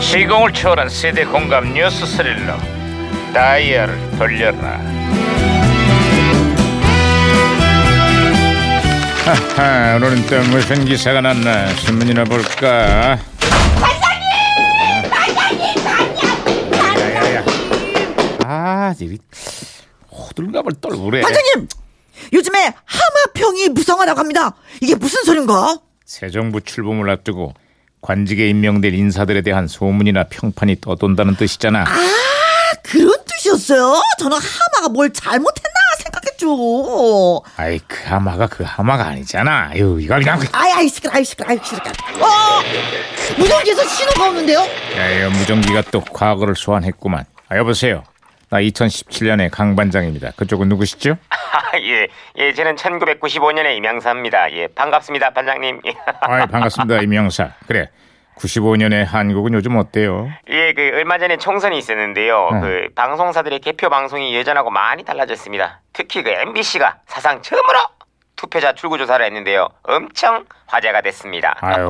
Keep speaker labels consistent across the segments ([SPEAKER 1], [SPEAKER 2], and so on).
[SPEAKER 1] 시공을 초월한 세대 공감 뉴스 스릴러 다이얼을 돌려라 하하, 오늘은 또 무슨 기사가 났나 신문이나 볼까 반장님! 반장님! 반장님! 아, 이 호들갑을 떨구래
[SPEAKER 2] 반장님 요즘에 하마평이 무성하다고 합니다 이게 무슨 소린가
[SPEAKER 1] 새 정부 출범을 앞두고 관직에 임명된 인사들에 대한 소문이나 평판이 떠돈다는 뜻이잖아
[SPEAKER 2] 그런 뜻이었어요 저는 하마가 뭘 잘못했나 생각했죠
[SPEAKER 1] 아이 그 하마가 그 하마가 아니잖아. 아유 이거 그냥
[SPEAKER 2] 아이 아이 시끄러 아이 시끄러 아이 시끄러 어 무전기에서 신호가 오는데요
[SPEAKER 1] 야야 무전기가 또 과거를 소환했구만. 아 여보세요. 나 2017년의 강 반장입니다. 그쪽은 누구시죠?
[SPEAKER 3] 아, 예, 예, 저는 1995년에 임양사입니다. 예, 반갑습니다, 반장님.
[SPEAKER 1] 아이 반갑습니다 이명사. 그래. 95년의 한국은 요즘 어때요?
[SPEAKER 3] 예, 그 얼마 전에 총선이 있었는데요.
[SPEAKER 1] 음.
[SPEAKER 3] 그 방송사들의 개표 방송이 예전하고 많이 달라졌습니다. 특히 그 MBC가 사상 처음으로 투표자 출구 조사를 했는데요. 엄청 화제가 됐습니다.
[SPEAKER 1] 아유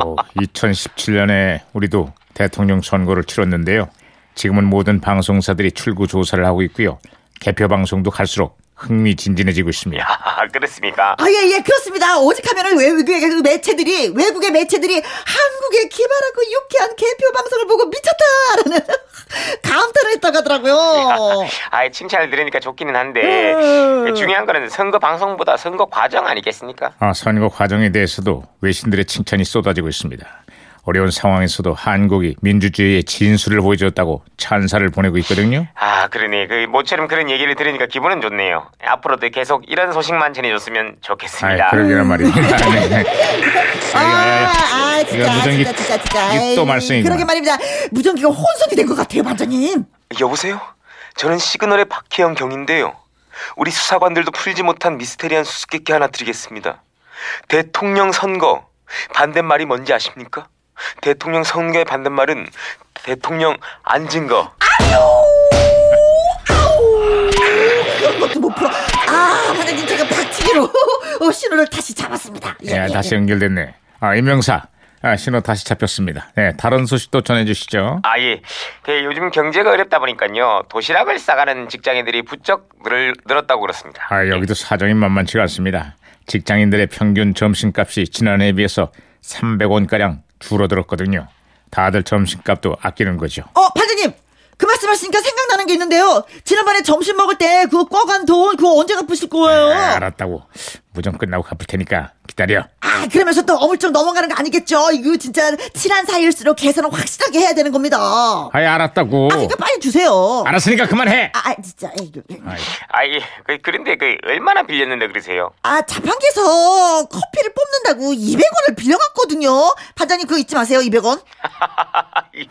[SPEAKER 1] 2017년에 우리도 대통령 선거를 치렀는데요. 지금은 모든 방송사들이 출구 조사를 하고 있고요. 개표 방송도 갈수록 흥미진진해지고 있습니다.
[SPEAKER 3] 아, 그렇습니까?
[SPEAKER 2] 아 예 예 그렇습니다 오직 하면은 외국의 매체들이 외국의 매체들이 한국의 기발하고 유쾌한 개표 방송을 보고 미쳤다라는 감탄을 했다고 하더라고요
[SPEAKER 3] 아, 칭찬을 들으니까 좋기는 한데 그
[SPEAKER 2] 음.
[SPEAKER 3] 중요한 거는 선거 방송보다 선거 과정 아니겠습니까?
[SPEAKER 1] 아, 선거 과정에 대해서도 외신들의 칭찬이 쏟아지고 있습니다. 어려운 상황에서도 한국이 민주주의의 진수를 보여줬다고 찬사를 보내고 있거든요.
[SPEAKER 3] 아, 그러네. 그 모처럼 그런 얘기를 들으니까 기분은 좋네요. 앞으로도 계속 이런 소식만 전해줬으면 좋겠습니다.
[SPEAKER 1] 아, 그러게란 말입니다. 네, 네.
[SPEAKER 2] 아, 아, 진짜,
[SPEAKER 1] 이거 무전기
[SPEAKER 2] 진짜, 진짜, 진짜.
[SPEAKER 1] 이거 또
[SPEAKER 2] 에이,
[SPEAKER 1] 말썽이구나.
[SPEAKER 2] 그러게 말입니다. 무전기가 혼선이 된 것 같아요, 반장님.
[SPEAKER 3] 여보세요? 저는 시그널의 박혜영 경인데요. 우리 수사관들도 풀지 못한 미스테리한 수수께끼 하나 드리겠습니다. 대통령 선거 반대말이 뭔지 아십니까? 대통령 선거의 반대말은 대통령 앉은 거.
[SPEAKER 2] 그런 것도 못 풀어. 아, 반장님, 제가 박치기로 어, 신호를 다시 잡았습니다. 예,
[SPEAKER 1] 야,
[SPEAKER 2] 예,
[SPEAKER 1] 네, 다시
[SPEAKER 2] 예.
[SPEAKER 1] 연결됐네. 아, 임명사. 아, 신호 다시 잡혔습니다. 네, 다른 소식도 전해주시죠.
[SPEAKER 3] 아 예. 그 요즘 경제가 어렵다 보니까요. 도시락을 싸가는 직장인들이 부쩍 늘, 늘었다고 그렇습니다.
[SPEAKER 1] 아, 여기도 사정이 만만치가 않습니다. 직장인들의 평균 점심값이 지난해에 비해서 300원가량 줄어들었거든요. 다들 점심값도 아끼는 거죠.
[SPEAKER 2] 어, 반장님! 그 말씀하시니까 생각나는 게 있는데요. 지난번에 점심 먹을 때 그 꺼간 돈 그거 언제 갚으실
[SPEAKER 1] 아,
[SPEAKER 2] 거예요?
[SPEAKER 1] 알았다고. 무전 끝나고 갚을 테니까 기다려.
[SPEAKER 2] 아, 그러면서 또 어물쩍 넘어가는 거 아니겠죠? 이거 진짜 친한 사이일수록 계산을 확실하게 해야 되는 겁니다. 아,
[SPEAKER 1] 아이 알았다고.
[SPEAKER 2] 그러니까 빨리 주세요.
[SPEAKER 1] 알았으니까 그만해.
[SPEAKER 2] 아, 아, 진짜. 에이,
[SPEAKER 1] 아이,
[SPEAKER 3] 아 예. 그- 그런데 그 얼마나 빌렸는데 그러세요?
[SPEAKER 2] 아, 자판기에서 커피를 뽑는다고 200원을 빌려갔거든요. 반장님 그거 잊지 마세요, 200원.
[SPEAKER 3] 아, 예.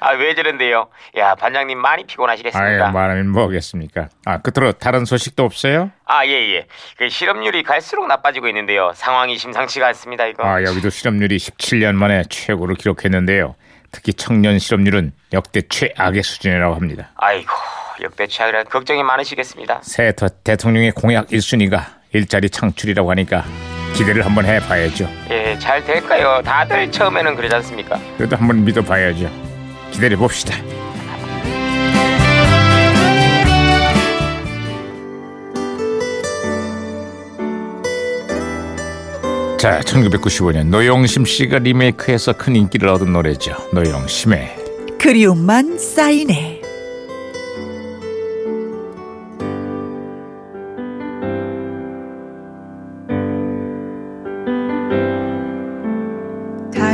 [SPEAKER 3] 아왜 저런데요? 야 반장님 많이
[SPEAKER 1] 아이 예,
[SPEAKER 3] 피곤하시겠습니다.
[SPEAKER 1] 말하면 뭐겠습니까. 아 끝으로 다른 소식도 없어요?
[SPEAKER 3] 아, 예, 예. 그 실업률이 갈수록 나빠지고 있는데요. 상황이 심상치가 않습니다, 이거.
[SPEAKER 1] 아 여기도 실업률이 17년 만에 최고를 기록했는데요. 특히 청년 실업률은 역대 최악의 수준이라고 합니다.
[SPEAKER 3] 아이고, 역대 최악이라 걱정이 많으시겠습니다.
[SPEAKER 1] 새 대- 대통령의 공약 1순위가 일자리 창출이라고 하니까 기대를 한번 해봐야죠.
[SPEAKER 3] 예, 잘 될까요? 다들 처음에는 그러지 않습니까?
[SPEAKER 1] 그래도 한번 믿어봐야죠. 기다려 봅시다. 자, 1995년 노영심 씨가 리메이크해서 큰 인기를 얻은 노래죠. 노영심의
[SPEAKER 2] 그리움만 쌓이네.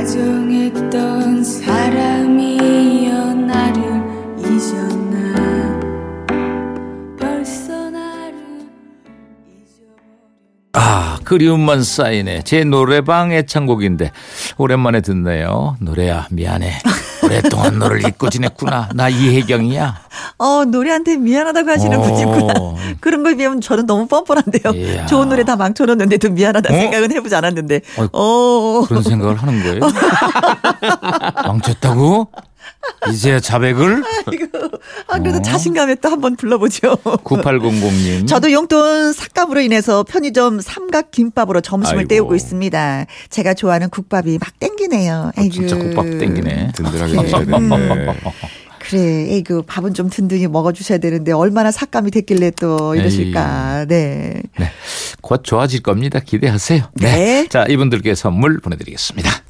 [SPEAKER 4] 다정했던 사람이여 나를 잊었나 벌써 나를
[SPEAKER 5] 아, 그리움만 쌓이네. 제 노래방 애창곡인데 오랜만에 듣네요. 노래야 미안해. 오랫동안 너를 잊고 지냈구나. 나 이혜경이야.
[SPEAKER 2] 어, 노래한테 미안하다고 하시는
[SPEAKER 1] 어.
[SPEAKER 5] 오.
[SPEAKER 2] 분이구나. 그런 거에 비하면 저는 너무 뻔뻔한데요.
[SPEAKER 5] 이야.
[SPEAKER 2] 좋은 노래 다 망쳐놓는데도
[SPEAKER 5] 어?
[SPEAKER 2] 미안하다 생각은 해보지 않았는데.
[SPEAKER 5] 어이구.
[SPEAKER 2] 어,
[SPEAKER 5] 그런 생각을 하는 거예요? 망쳤다고?
[SPEAKER 1] 이제야 자백을
[SPEAKER 2] 아,
[SPEAKER 1] 어.
[SPEAKER 2] 그래도 자신감에 또 한번 불러보죠.
[SPEAKER 1] 음. 9800님.
[SPEAKER 2] 저도 용돈 삭감으로 인해서 편의점 삼각 김밥으로 점심을
[SPEAKER 1] 아이고.
[SPEAKER 2] 때우고 있습니다. 제가 좋아하는 국밥이 막 땡기네요. 에이
[SPEAKER 1] 아, 진짜 국밥
[SPEAKER 2] 그-
[SPEAKER 1] 땡기네.
[SPEAKER 6] 든든하게 드셔야 되는데.
[SPEAKER 2] 그래, 에이그 밥은 좀 든든히 먹어주셔야 되는데 얼마나 삭감이 됐길래 또 이러실까. 네.
[SPEAKER 1] 곧 좋아질 겁니다. 기대하세요.
[SPEAKER 2] 네.
[SPEAKER 1] 자, 이분들께 선물 보내드리겠습니다.